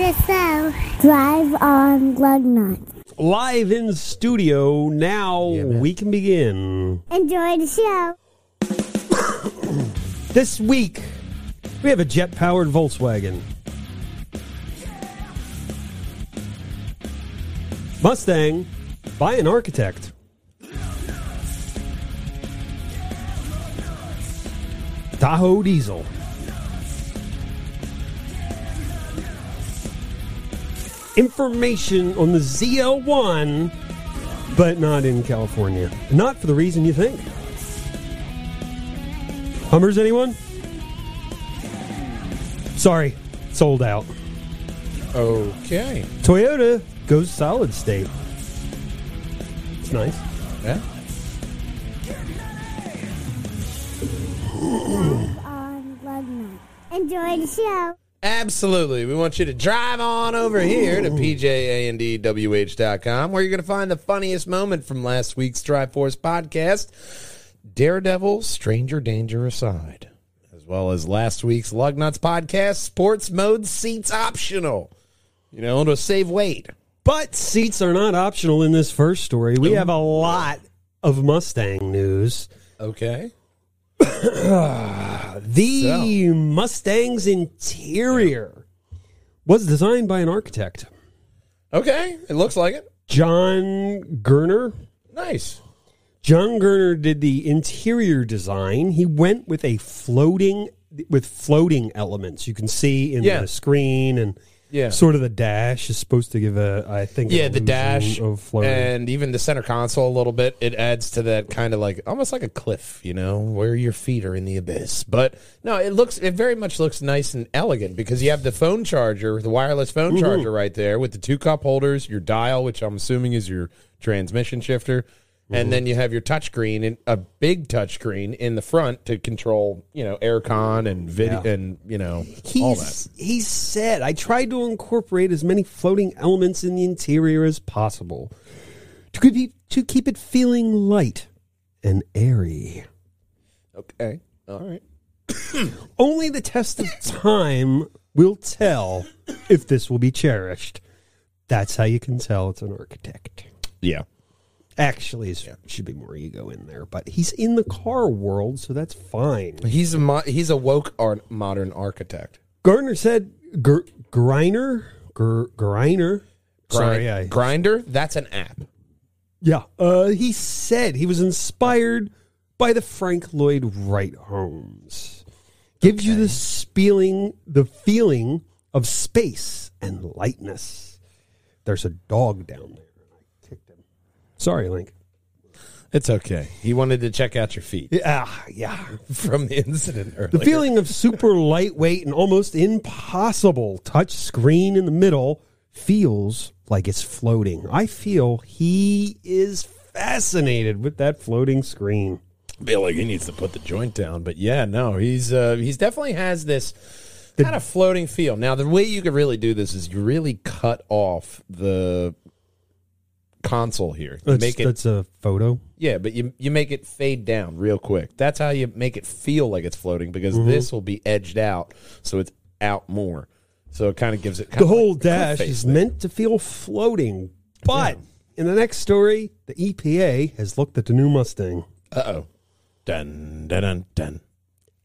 Drive, drive on Lugnut. Live in studio now, we can begin. Enjoy the show. This week, we have a jet powered Volkswagen. Mustang by an architect. Tahoe Diesel. Information on the ZL1, but not in California. Not for the reason you think. Hummers, anyone? Sorry, sold out. Okay. Toyota goes solid state. It's nice. Yeah. On Lugnut. Enjoy the show. Absolutely. We want you to drive on over here to pjandwh.com where you're going to find the funniest moment from last week's Drive Force podcast, Daredevil Stranger Danger Aside, as well as last week's Lug Nuts podcast, Sports Mode Seats Optional, you know, to save weight. But seats are not optional in this first story. We have a lot of Mustang news. Okay. The Mustang's interior was designed by an architect, Okay. It looks like it. John Gerner. Nice. John Gerner did the interior design. He went with a floating with floating elements. You can see in Yeah. the screen and Yeah. sort of the dash is supposed to give a I think yeah an the illusion dash of floating. and even the center console a little bit it adds to that kind of like almost like a cliff you know where your feet are in the abyss but no it looks it very much looks nice and elegant because you have the phone charger the wireless phone charger right there with the two cup holders your dial which i'm assuming is your transmission shifter and then you have your touchscreen and a big touchscreen in the front to control, you know, aircon and video Yeah. and you know all that. He's, he said, I tried to incorporate as many floating elements in the interior as possible to keep, it- to keep it feeling light and airy. Okay, all right. Only the test of time will tell if this will be cherished. That's how you can tell it's an architect. Yeah, Actually, there should be more ego in there, but he's in the car world, so that's fine. he's a mo- he's a woke art- modern architect. Gardner said, Gr- Griner? Gr- Griner? Sorry, I- Grind, Grinder, that's an app. Yeah. Uh, he said he was inspired by the Frank Lloyd Wright homes. Gives you this feeling, the feeling of space and lightness. There's a dog down there. I kicked him. Sorry, Link. It's okay. He wanted to check out your feet Yeah, ah, yeah. from the incident The earlier. feeling of super lightweight and almost impossible touch screen in the middle feels like it's floating. I feel he is fascinated with that floating screen. feel like he needs to put the joint down, but yeah, no, he's uh, he's definitely has this kind of floating feel. Now, the way you could really do this is you really cut off the console here. You That's, make it that's a photo. yeah, but you you make it fade down real quick. That's how you make it feel like it's floating because Mm-hmm. this will be edged out, so it's out more. So it kind of gives it The kinda whole like a cliff dash face is thing. meant to feel floating. But in the next story, the EPA has looked at the new Mustang. Uh oh. Dun dun dun dun.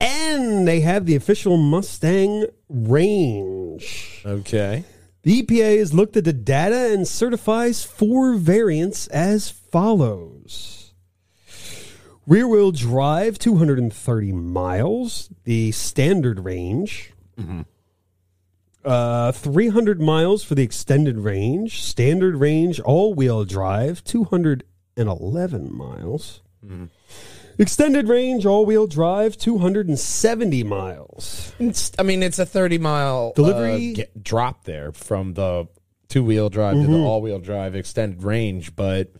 And they have the official Mustang range. Okay. The EPA has looked at the data and certifies four variants as follows rear wheel drive, 230 miles, the standard range. Uh, 300 miles for the extended range, standard range, all wheel drive, 211 miles. Extended range, all wheel drive, 270 miles. It's, I mean, it's a thirty mile Delivery- uh, get- drop there from the two wheel drive to the Mm-hmm. all wheel drive extended range, but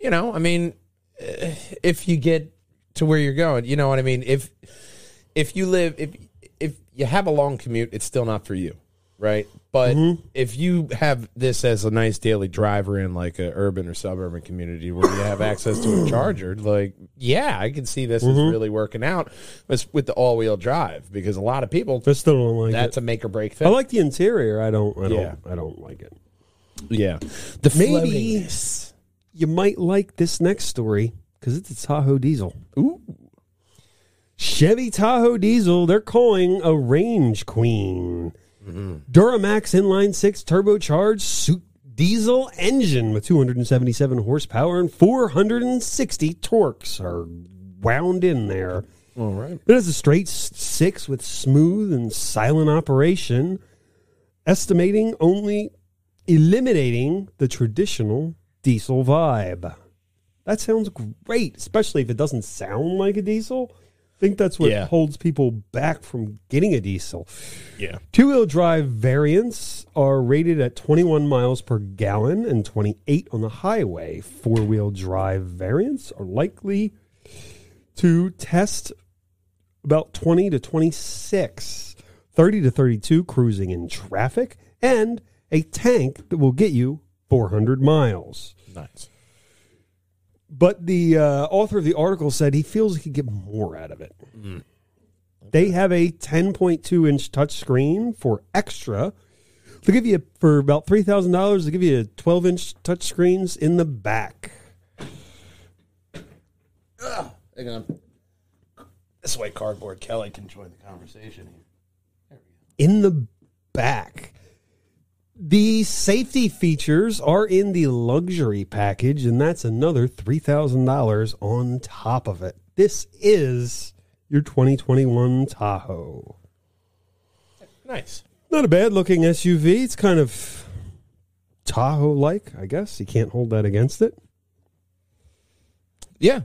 you know, I mean, eh, if you get to where you're going, you know what I mean. If if you live if if you have a long commute, it's still not for you. right? But if you have this as a nice daily driver in like a urban or suburban community where you have access to a charger, like yeah, I can see this is really working out with with the all wheel drive because a lot of people I still don't like that's it. a make or break I thing. like the interior. I don't. I don't. Yeah. I don't like it. yeah, the Maybe- floatiness. You might like this next story because it's a Tahoe diesel. Ooh. Chevy Tahoe diesel. They're calling a Range Queen. Mm-hmm. Duramax inline six turbocharged suit diesel engine with 277 horsepower and 460 torques are wound in there. All right. It has a straight s- six with smooth and silent operation, estimating only eliminating the traditional diesel vibe. That sounds great, especially if it doesn't sound like a diesel. I think that's what Yeah. holds people back from getting a diesel. Yeah. Two wheel drive variants are rated at 21 miles per gallon and 28 on the highway. Four wheel drive variants are likely to test about 20 to 26, 30 to 32 cruising in traffic, and a tank that will get you 400 miles. Nice. But the uh, author of the article said he feels he could get more out of it. They have a 10.2 inch touchscreen for extra. They'll give you for about three thousand dollars. They'll give you 12 inch touchscreens in the back. Hang on. This way, cardboard Kelly can join the conversation here. In the back, the safety features are in the luxury package, and that's another three thousand dollars on top of it. This is your 2021 Tahoe. Nice. Not a bad looking SUV. It's kind of Tahoe like, I guess. You can't hold that against it. Yeah.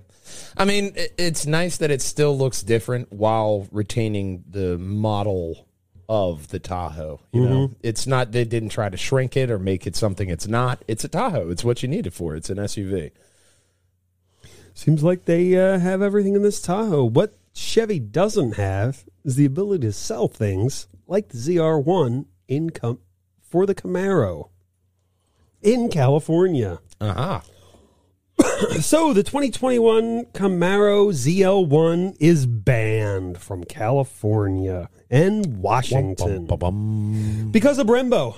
I mean, i- it's nice that it still looks different while retaining the model of the Tahoe. You Mm-hmm. know, it's not, they didn't try to shrink it or make it something it's not. It's a Tahoe. It's what you need it for. It's an SUV. Seems like they uh, have everything in this Tahoe. What Chevy doesn't have is the ability to sell things like the ZR1 in com- for the Camaro in California. Uh-huh. So the 2021 Camaro ZL1 is banned from California and Washington. Because of Brembo.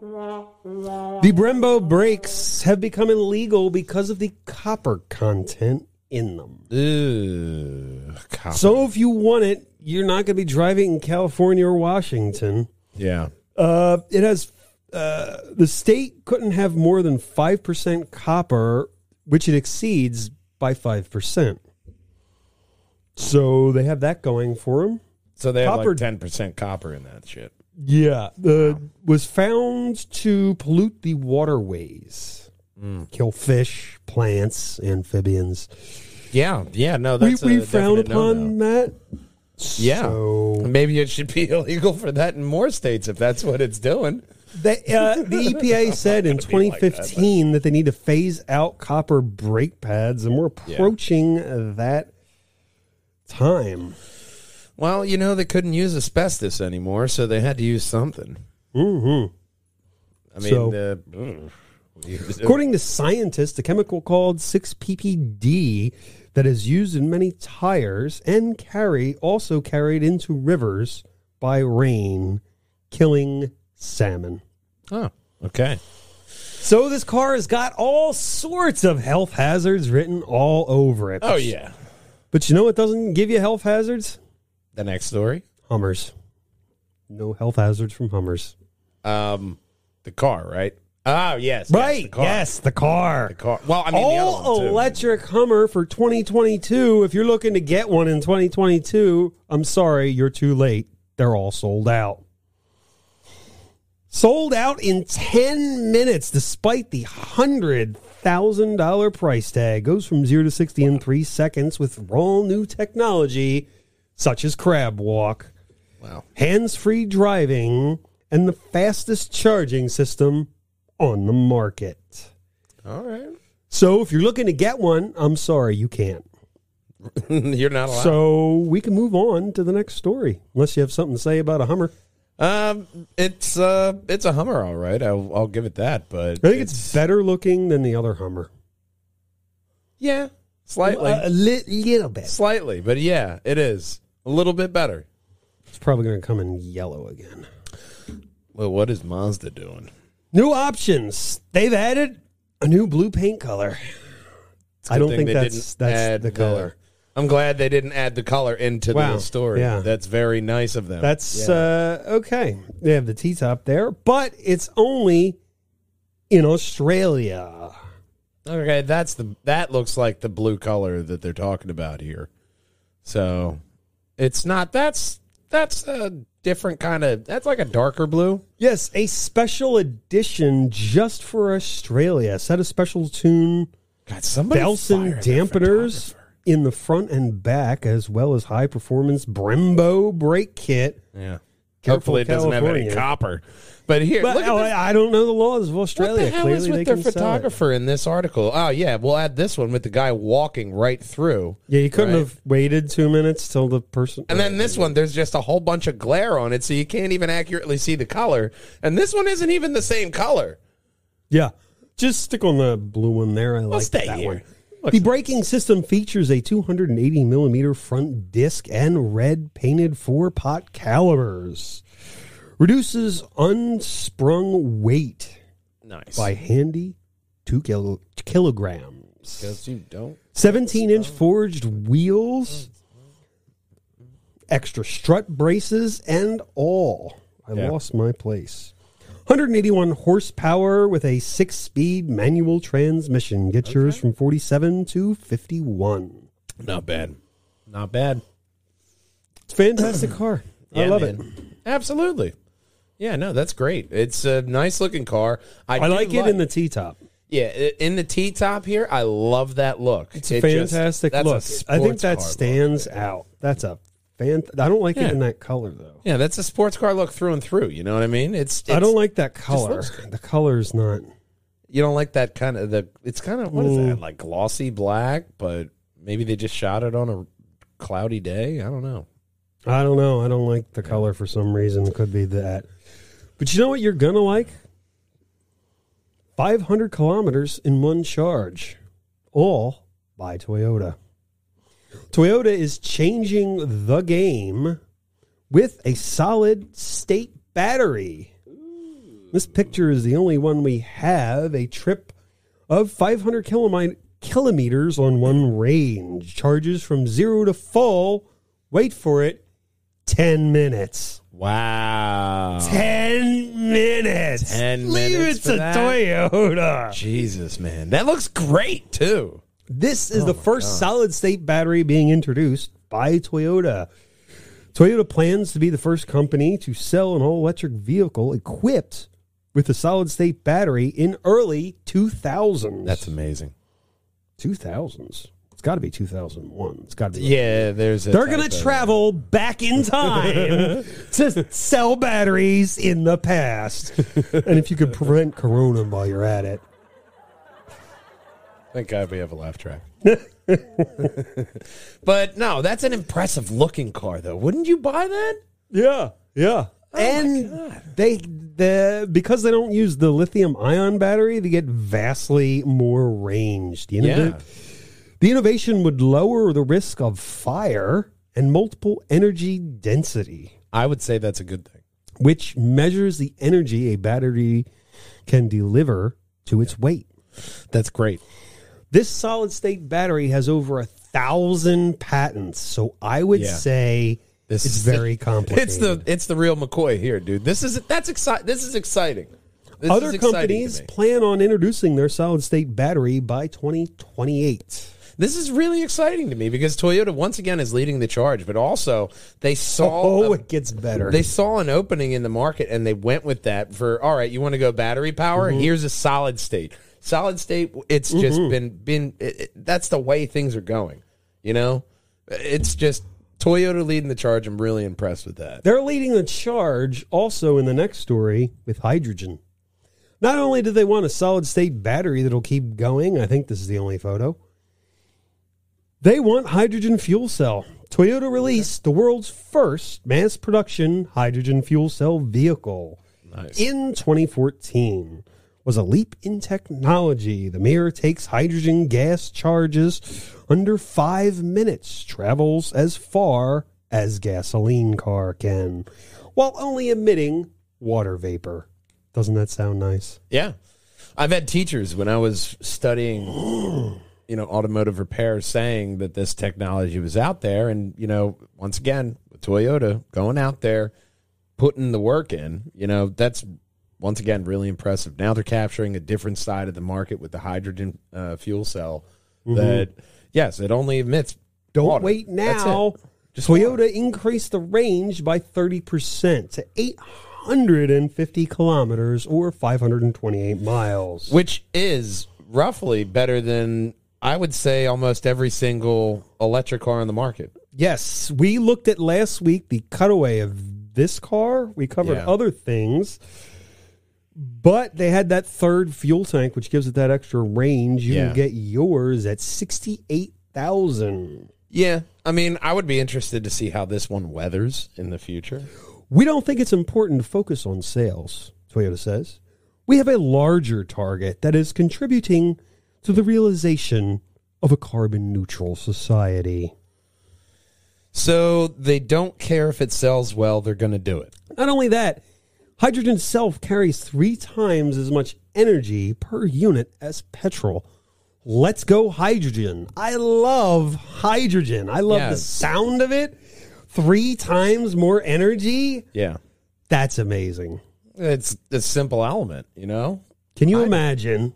The Brembo brakes have become illegal because of the copper content in them. Ooh, copper. So if you want it, you're not going to be driving in California or Washington. yeah. Uh, it has uh, the state couldn't have more than five percent copper, which it exceeds by five percent. So they have that going for them. So they have Copper- like 10% copper in that shit. Yeah, the was found to pollute the waterways, Mm. kill fish, plants, amphibians. Yeah. Yeah. No, We, that's we a frown definite no-no. upon that. Yeah. So- Maybe it should be illegal for that in more states if that's what it's doing. They, uh, the EPA said in be like that, 2015 that, they need to phase out copper brake pads, and we're approaching that time. Well, you know, they couldn't use asbestos anymore, so they had to use something. Mm-hmm. I mean, So- uh, ugh. According to scientists, a chemical called 6PPD that is used in many tires and carry also carried into rivers by rain, killing salmon. oh, okay. So this car has got all sorts of health hazards written all over it. Oh, yeah. But you know what doesn't give you health hazards? The next story. Hummers. No health hazards from Hummers. Um, the car, right? Oh, yes. Yes. The Right. car. Yes, Oh, the car. The car. Well, I mean, the All other one, too. electric Hummer for 2022. If you're looking to get one in 2022, I'm sorry, you're too late. They're all sold out. Sold out in 10 minutes, despite the $100,000 price tag. Goes from 0 to 60 in three seconds with all new technology, such as Crab Walk Wow. hands free driving, and the fastest charging system on the market. All right. So if you're looking to get one, I'm sorry, you can't. You're not allowed. So we can move on to the next story, unless you have something to say about a Hummer. um, it's uh, it's a Hummer, all right. I'll, I'll give it that. But I think it's, better looking than the other Hummer. yeah, slightly, li- little bit. slightly, but yeah, it is a little bit better. It's probably going to come in yellow again. Well, what is Mazda doing? New options. They've added a new blue paint color. I don't Good think thing they that's didn't that's add the color. I'm glad they didn't add the color into Wow, the story. yeah. That's very nice of them. That's uh, okay. They have the T top there, but it's only in Australia. okay. That's the that looks like the blue color that they're talking about here. So it's not. That's that's a different kind of. That's like a darker blue. Yes, a special edition just for Australia. Set a special tune God, somebody Belson fire that dampeners photographer. in the front and back, as well as high performance Brembo brake kit. Yeah. Careful, Hopefully, it doesn't have California. any copper. But here, But look at oh, this- I I don't know the laws of What Australia. the hell Clearly, is they with their can sell it. photographer in this article? Oh yeah, we'll add this one with the guy walking right through. Yeah, you couldn't Right. have waited two minutes till the person. And then this one, there's just a whole bunch of glare on it, so you can't even accurately see the color. And this one isn't even the same color. Yeah. Just stick on the blue one there. I like stay that here. one. the braking system features a 280 millimeter front disc and red painted four pot calipers. Reduces unsprung weight Nice. by handy two kilo- kilograms. Because you don't. 17 inch forged wheels, extra strut braces, and all. I Yeah. lost my place. 181 horsepower with a six speed manual transmission. Get yours from 47 to 51. Not bad. Not bad. It's a fantastic car. I Yeah, love it. man. Absolutely. Yeah, no, that's great. It's a nice looking car. I, I do like it in the T top. yeah i- in the T top here. I love that look. It's a fantastic look. I think that stands. stands out. That's a fan. I don't like Yeah. it in that color though. Yeah, that's a sports car look through and through. You know what I mean? It's, I it's- don't like that color. looks The color's not. You don't like that kind of the. It's kind of what is that like glossy black, but maybe they just shot it on a cloudy day. I don't know. I don't know. I don't like the color for some reason. It could be that. But you know what you're going to like? 500 kilometers in one charge, all by Toyota. Toyota is changing the game with a solid state battery. This picture is the only one we have. A trip of 500 kilomi- kilometers on one range. Charges from zero to full. Wait for it. 10 minutes. Wow. 10 minutes. 10 Leave minutes it for to that? Toyota. Jesus, man, that looks great too. This Oh is the first solid state battery being introduced by Toyota. Toyota plans to be the first company to sell an all electric vehicle equipped with a solid state battery in early 2000s. That's amazing. 2000s. It's got to be 2001. It's got to be. Yeah, there's. A They're going to typo. travel back in time to sell batteries in the past. and if you could prevent corona while you're at it. Thank God we have a laugh track. but no, that's an impressive looking car, though. Wouldn't you buy that? Yeah, yeah. and Oh they the because they don't use the lithium ion battery, they get vastly more range. The, innov- Yeah. the innovation would lower the risk of fire and multiple energy density. I would say that's a good thing. which measures the energy a battery can deliver to its weight. That's great. This solid state battery has over a thousand patents, so I would Yeah. say This it's is the- very complicated. It's the it's the real McCoy here, dude. This is that's exciting. This is exciting. This is other exciting companies to me. plan on introducing their solid state battery by 2028. This is really exciting to me because Toyota once again is leading the charge, but also they saw Oh, a- it gets better. they saw an opening in the market and they went with that for all right. You want to go battery power? Mm-hmm. Here's a solid state. Solid state. It's just been been. It, it- that's the way things are going. You know, it's just Toyota leading the charge. I'm really impressed with that. They're leading the charge also in the next story with hydrogen. Not only do they want a solid state battery that'll keep going, I think this is the only photo. They want hydrogen fuel cell. Toyota released the world's first mass production hydrogen fuel cell vehicle in 2014. Was a leap in technology. The mirror takes hydrogen gas charges under five minutes, travels as far as gasoline car can, while only emitting water vapor. Doesn't that sound nice? Yeah. I've had teachers when I was studying, you know, automotive repair saying that this technology was out there. And, you know, once again, with Toyota going out there, putting the work in, you know, that's once again really impressive. Now they're capturing a different side of the market with the hydrogen uh, fuel cell that, yes, it only emits. Mm-hmm. Don't water. wait That's it. now. Toyota increased the range by 30% to 850 kilometers or 528 miles. which is roughly better than I would say almost every single electric car on the market. Yes, we looked at last week the cutaway of this car. We covered Yeah. other things. But they had that third fuel tank, which gives it that extra range. You Yeah. can get yours at 68,000. Yeah, I mean, I would be interested to see how this one weathers in the future. We don't think it's important to focus on sales, Toyota says. We have a larger target that is contributing to the realization of a carbon neutral society. So they don't care if it sells well; they're going to do it. Not only that, hydrogen itself carries three times as much energy per unit as petrol. Let's go hydrogen. I love hydrogen. I love the Yes. sound of it. Three times more energy. Yeah, That's amazing. it's a simple element, you know. Can you imagine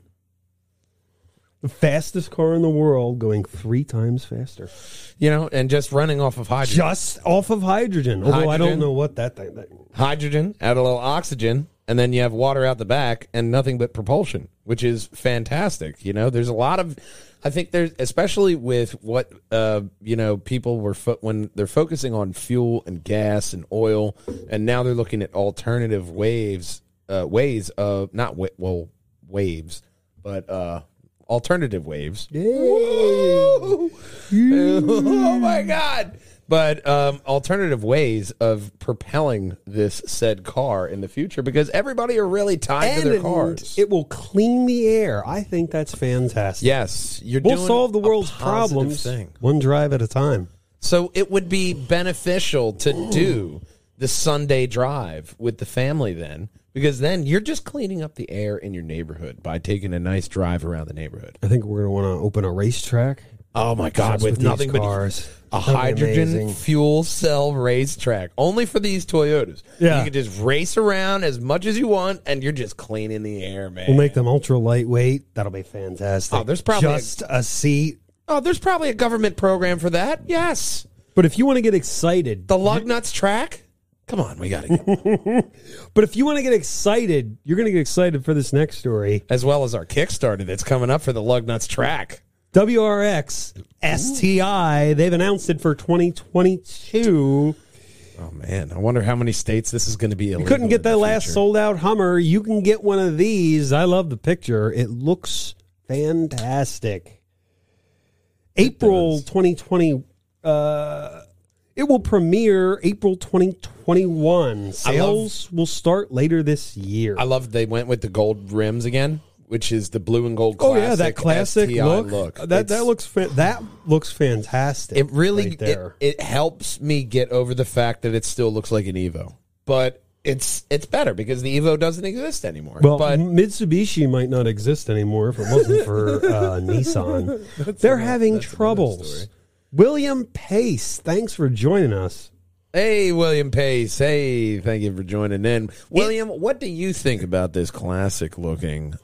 the fastest car in the world going three times faster You know, and just running off of hydrogen, just off of hydrogen? Although I don't Hydrogen. know what that thing. That, hydrogen, add a little oxygen, and then you have water out the back and nothing but propulsion, which is fantastic. You know, there's a lot of, I think there's especially with what uh, you know people were fo- when they're focusing on fuel and gas and oil, and now they're looking at alternative waves, uh, ways of not wa- well waves, but uh, alternative waves. Woo! oh my god but um, alternative ways of propelling this said car in the future because everybody are really tied to their and cars it will clean the air. I think that's fantastic. yes you're we'll doing solve the a world's positive problems thing. one drive at a time. so it would be beneficial to do the sunday drive with the family then because then you're just cleaning up the air in your neighborhood by taking a nice drive around the neighborhood I think we're going to want to open a racetrack. Oh my God! Just With, with these nothing but cars. a That'd be hydrogen amazing. fuel cell racetrack, only for these Toyotas. Yeah. you can just race around as much as you want, and you're just cleaning the air, man. We'll make them ultra lightweight. That'll be fantastic. Oh, there's probably a- just a seat. oh, there's probably a government program for that. Yes, But if you want to get excited, the lug nuts track. Come on, we got to get But if you want to get excited, you're going to get excited for this next story. as well as our Kickstarter that's coming up for the lug nuts track. WRX STI, they've announced it for 2022. Oh man, I wonder how many states this is going to be. Illegal Couldn't in get the that last future. sold out Hummer. You can get one of these. I love the picture. It looks fantastic. April 2020 uh it will premiere April 2021. I love- Sales will start later this year. I love they went with the gold rims again, which is the blue and gold. Oh Classic yeah, that classic STI look. That It's- that looks fa- that looks fantastic. It really right there. It, it helps me get over the fact that it still looks like an Evo, but it's it's better because the Evo doesn't exist anymore. well, but Mitsubishi might not exist anymore if it wasn't for uh, Nissan. They're having troubles. William Pace, thanks for joining us. hey, William Pace, hey, thank you for joining in, William. what do you think about this classic looking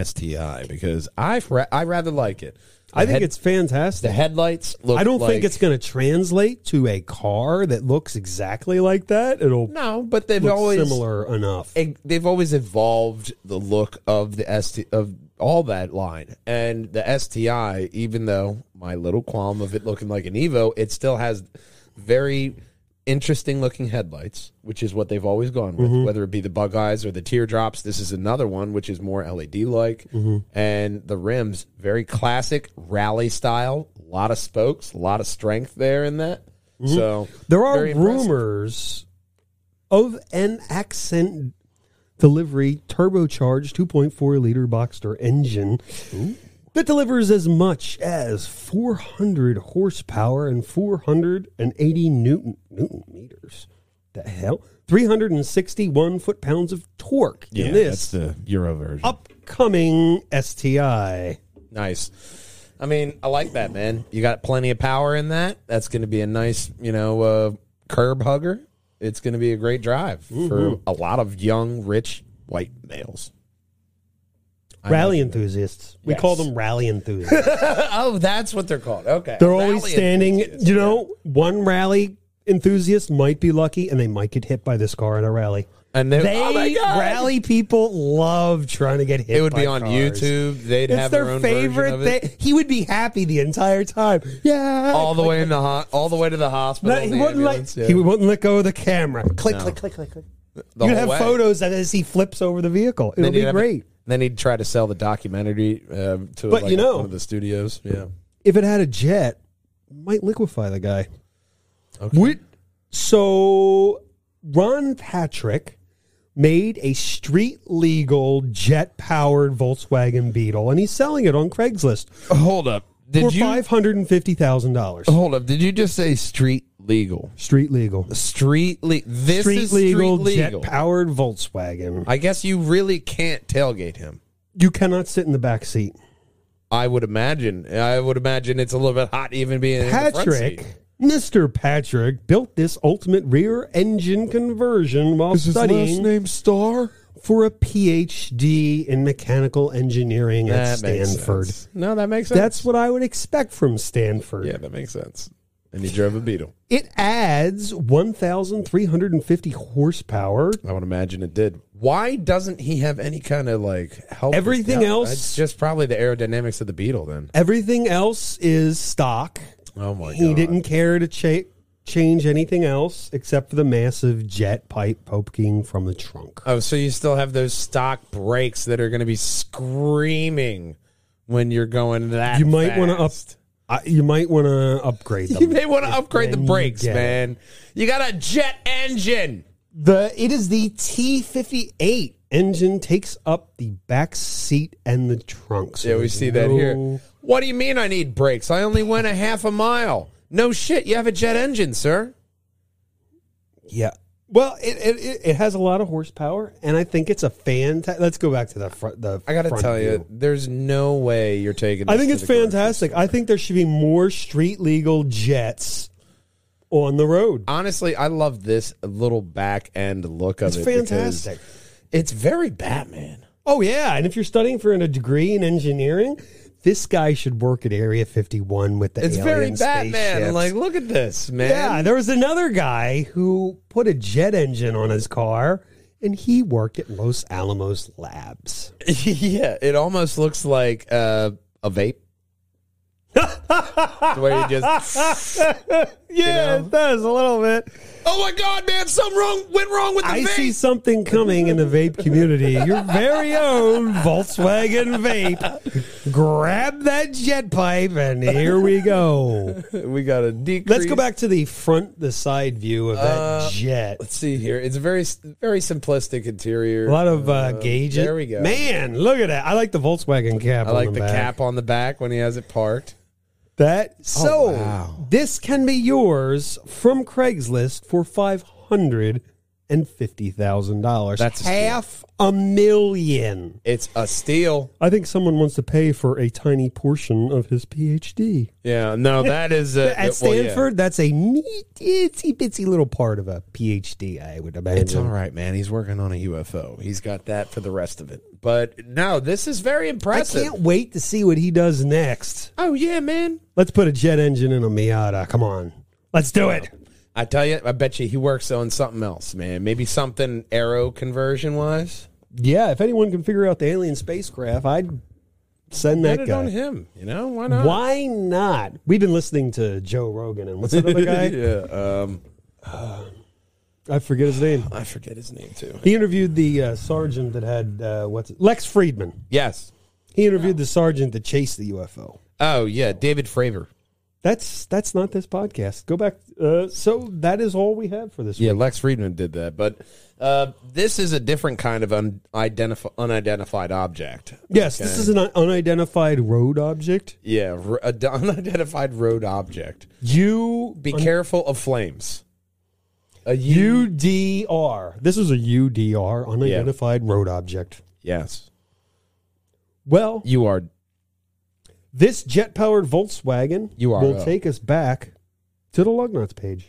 STI? Because I ra- I rather like it. I think Head- it's the fantastic. headlights. Look, I don't like- think it's going to translate to a car that looks exactly like that. It'll no, but they've look always similar enough. it- they've always evolved the look of the ST of all that line and the STI. Even though my little qualm of it looking like an Evo, it still has very interesting looking headlights, which is what they've always gone with, Mm-hmm. whether it be the bug eyes or the teardrops. This is another one, which is more LED like. Mm-hmm. And the rims, very classic rally style, a lot of spokes, a lot of strength there in that. So Mm-hmm. There are very impressive. rumors of an accent delivery turbocharged 2.4 liter Boxster engine that delivers as much as 400 horsepower and 480 newton newton meters. The hell, 361 foot pounds of torque Yeah, in this that's the Euro version. upcoming STI. Nice. I mean, I like that, man. You got plenty of power in that. That's going to be a nice, you know, uh, curb hugger. It's going to be a great drive for a lot of young, rich white males. I Rally like- enthusiasts. We Yes. call them rally enthusiasts. Oh, that's what they're called. Okay. They're always Rally standing. enthusiasts. You know, one rally enthusiast might be lucky, and they might get hit by this car at a rally. And they, They oh my God. rally people love trying to get hit. It would by be on cars. YouTube. They'd It's have their, own version favorite of it. thing. He would be happy the entire time. Yeah, All the way in the ho- all the way to the hospital. No, he the wouldn't ambulance, let yeah. he wouldn't let go of the camera. Click, No. click, click, click, click. The You'd whole have way. photos of as he flips over the vehicle. It'll Then he'd be have a- great. Then he'd try to sell the documentary uh, to But like, you know- one of the studios. Yeah. if it had a jet, might liquefy the guy. Okay. Would- so Ron Patrick made a street legal jet powered Volkswagen Beetle, and he's selling it on Craigslist Hold up. Did for you five hundred and fifty thousand dollars. hold up? Did you just say street legal? Street legal, Street legal. This street is street legal, legal. jet powered Volkswagen. I guess you really can't tailgate him. You cannot sit in the back seat. I would imagine. I would imagine it's a little bit hot even being In the front Patrick, seat. Mister Patrick, built this ultimate rear engine conversion while studying name Star? for a PhD in mechanical engineering at That makes Stanford. sense. No, that makes sense. That's what I would expect from Stanford. yeah, that makes sense. And he drove a Beetle. It adds 1,350 horsepower. I would imagine it did. Why doesn't he have any kind of like help? Everything Yeah, else- It's just probably the aerodynamics of the Beetle. Then. Everything else is stock. Oh my He didn't care to cha- change anything else except for the massive jet pipe poking from the trunk. Oh, so you still have those stock brakes that are going to be screaming when you're going that. You might want to up. fast. I you might want to upgrade You them. may want to upgrade the Then you brakes, get it. man. You got a jet engine. the it is the T58 engine takes up the back seat and the trunk. so Yeah, we there's see that no- here. What do you mean I need brakes? I only went a half a mile. No shit, you have a jet engine, sir. Yeah. Well, it, it it- it has a lot of horsepower, and I think it's a fantastic. Let's go back to the front. The I got to front tell you, view. there's no way you're taking. I this think to it's the grocery fantastic. store. I think there should be more street legal jets on the road. Honestly, I love this little back end look of It's it. because fantastic. It's very Batman. Oh yeah, and if you're studying for a degree in engineering, this guy should work at Area 51 with the It's very alien Batman. spaceships. Like, look at this, man. yeah, there was another guy who put a jet engine on his car, and he worked at Los Alamos Labs. yeah, it almost looks like uh, a vape. the way you just. Yeah, it does a little bit. Oh my God, man! Something wrong went wrong with the I vape. see something coming in the vape community. Your very own Volkswagen vape. Grab that jet pipe, and here we go. we got a decrease. Let's go back to the front, the side view of that jet. Uh, Let's see here. It's a very, very simplistic interior. A lot of uh, gauges. there we go. Man, look at that. I like the Volkswagen cap. I like on the the, back. cap on the back when he has it parked. That so Oh, wow. this can be yours from Craigslist for five hundred and fifty thousand dollars. That's a steal. half a million. It's a steal. I think someone wants to pay for a tiny portion of his PhD Yeah, no, that is uh, at well, yeah. Stanford. That's a neat, itsy bitsy little part of a PhD. I would imagine. It's all right, man. He's working on a UFO. He's got that for the rest of it. But no, this is very I impressive. can't wait to see what he does next. Oh yeah, man. Let's put a jet engine in a Miata. Come on, let's do it. I tell you, I bet you he works on something else, man. Maybe something arrow conversion wise. Yeah, if anyone can figure out the alien spacecraft, I'd send Get that it guy. on him. You know why not? Why not? We've been listening to Joe Rogan and what's that other guy? yeah. Um, I forget his name. I forget his name too. He interviewed the uh, sergeant that had uh, what's it? Lex Friedman. Yes. He interviewed the sergeant that chased the UFO. Oh yeah, David Fravor. That's that's not this podcast. Go back. Uh, so that is all we have for this. Yeah, Lex Friedman did that, but uh, this is a different kind of un- identif- unidentified object. Yes, this is an un- unidentified road object. Yeah, r- a d- unidentified road object. U Be careful of flames. A U- UDR. This is a UDR, unidentified road object. yes, Well, you are. this jet-powered Volkswagen URL. will take us back to the lug nuts page.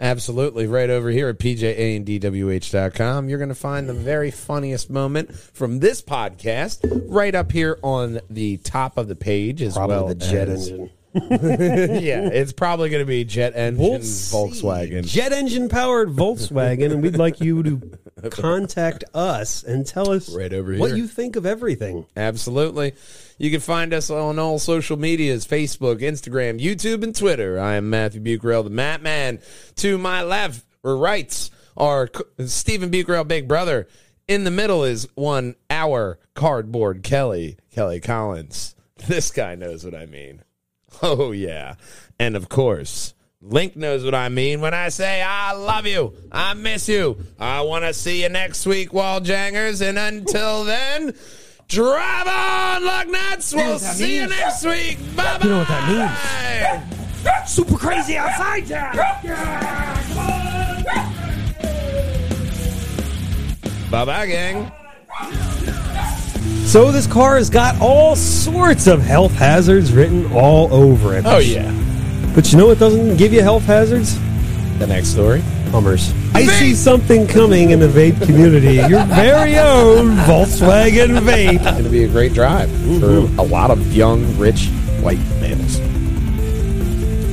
Absolutely. Right over here at pjandwh.com, you're going to find the very funniest moment from this podcast right up here on the top of the page as well. as- yeah, it's probably going to be jet engine We'll see. Volkswagen. Jet engine powered Volkswagen, and we'd like you to contact us and tell us Right over what here. you think of everything. Absolutely. You can find us on all social medias Facebook, Instagram, YouTube, and Twitter. I am Matthew Bucarell, the Matt Man. To my left or right are C- Stephen Bucarell, Big Brother. In the middle is one hour cardboard Kelly, Kelly Collins. This guy knows what I mean. Oh, yeah. And of course, Link knows what I mean when I say, I love you. I miss you. I want to see you next week, Walljangers. And until then, drive on, lug nuts. We'll see you next week. Bye bye. You know what that means. Super crazy outside town. Bye bye, gang. So, this car has got all sorts of health hazards written all over it. Oh, yeah. But you know what doesn't give you health hazards? The next story. Hummers. I see something coming in the vape community. Your very own Volkswagen vape. Going to be a great drive for a lot of young, rich, white males.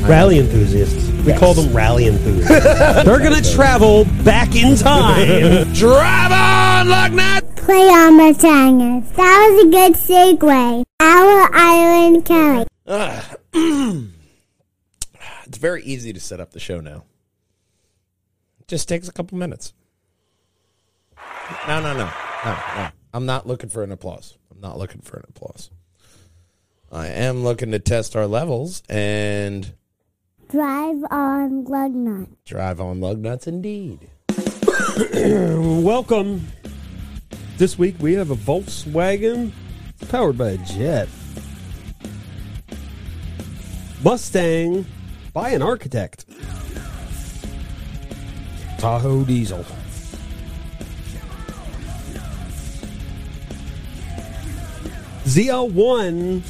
Rally enthusiasts. We call them rally enthusiasts. They're going to travel back in time. Drive on, lug nuts. Play on my tangers. That was a good segue. Our Island Kelly. It's very easy to set up the show now. It just takes a couple minutes. No, no, no, no, no. I'm not looking for an applause. I'm not looking for an applause. I am looking to test our levels and Drive on lug nut. drive on lug nuts indeed. Welcome. This week we have a Volkswagen powered by a jet. Mustang by an architect. Tahoe diesel. ZL1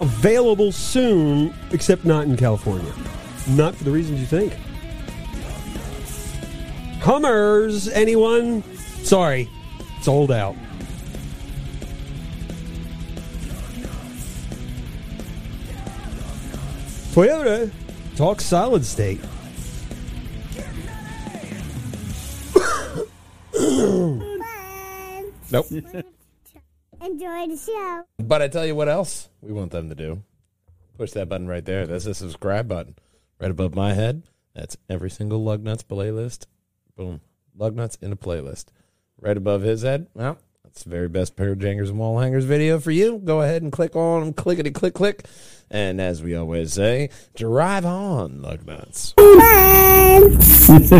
available soon, except not in California. Not for the reasons you think. Hummers, anyone? Sorry, sold out. Toyota talks solid state. Bye. Nope. Enjoy the show. But I tell you what else we want them to do. Push that button right there. That's the subscribe button right above my head. That's every single Lug Nuts playlist. Boom. Lug Nuts in a playlist. Right above his head. Well, that's the very best pair of jangers and wall hangers video for you. Go ahead and click on clickety click click. And as we always say, drive on, Lug Nuts. Bye.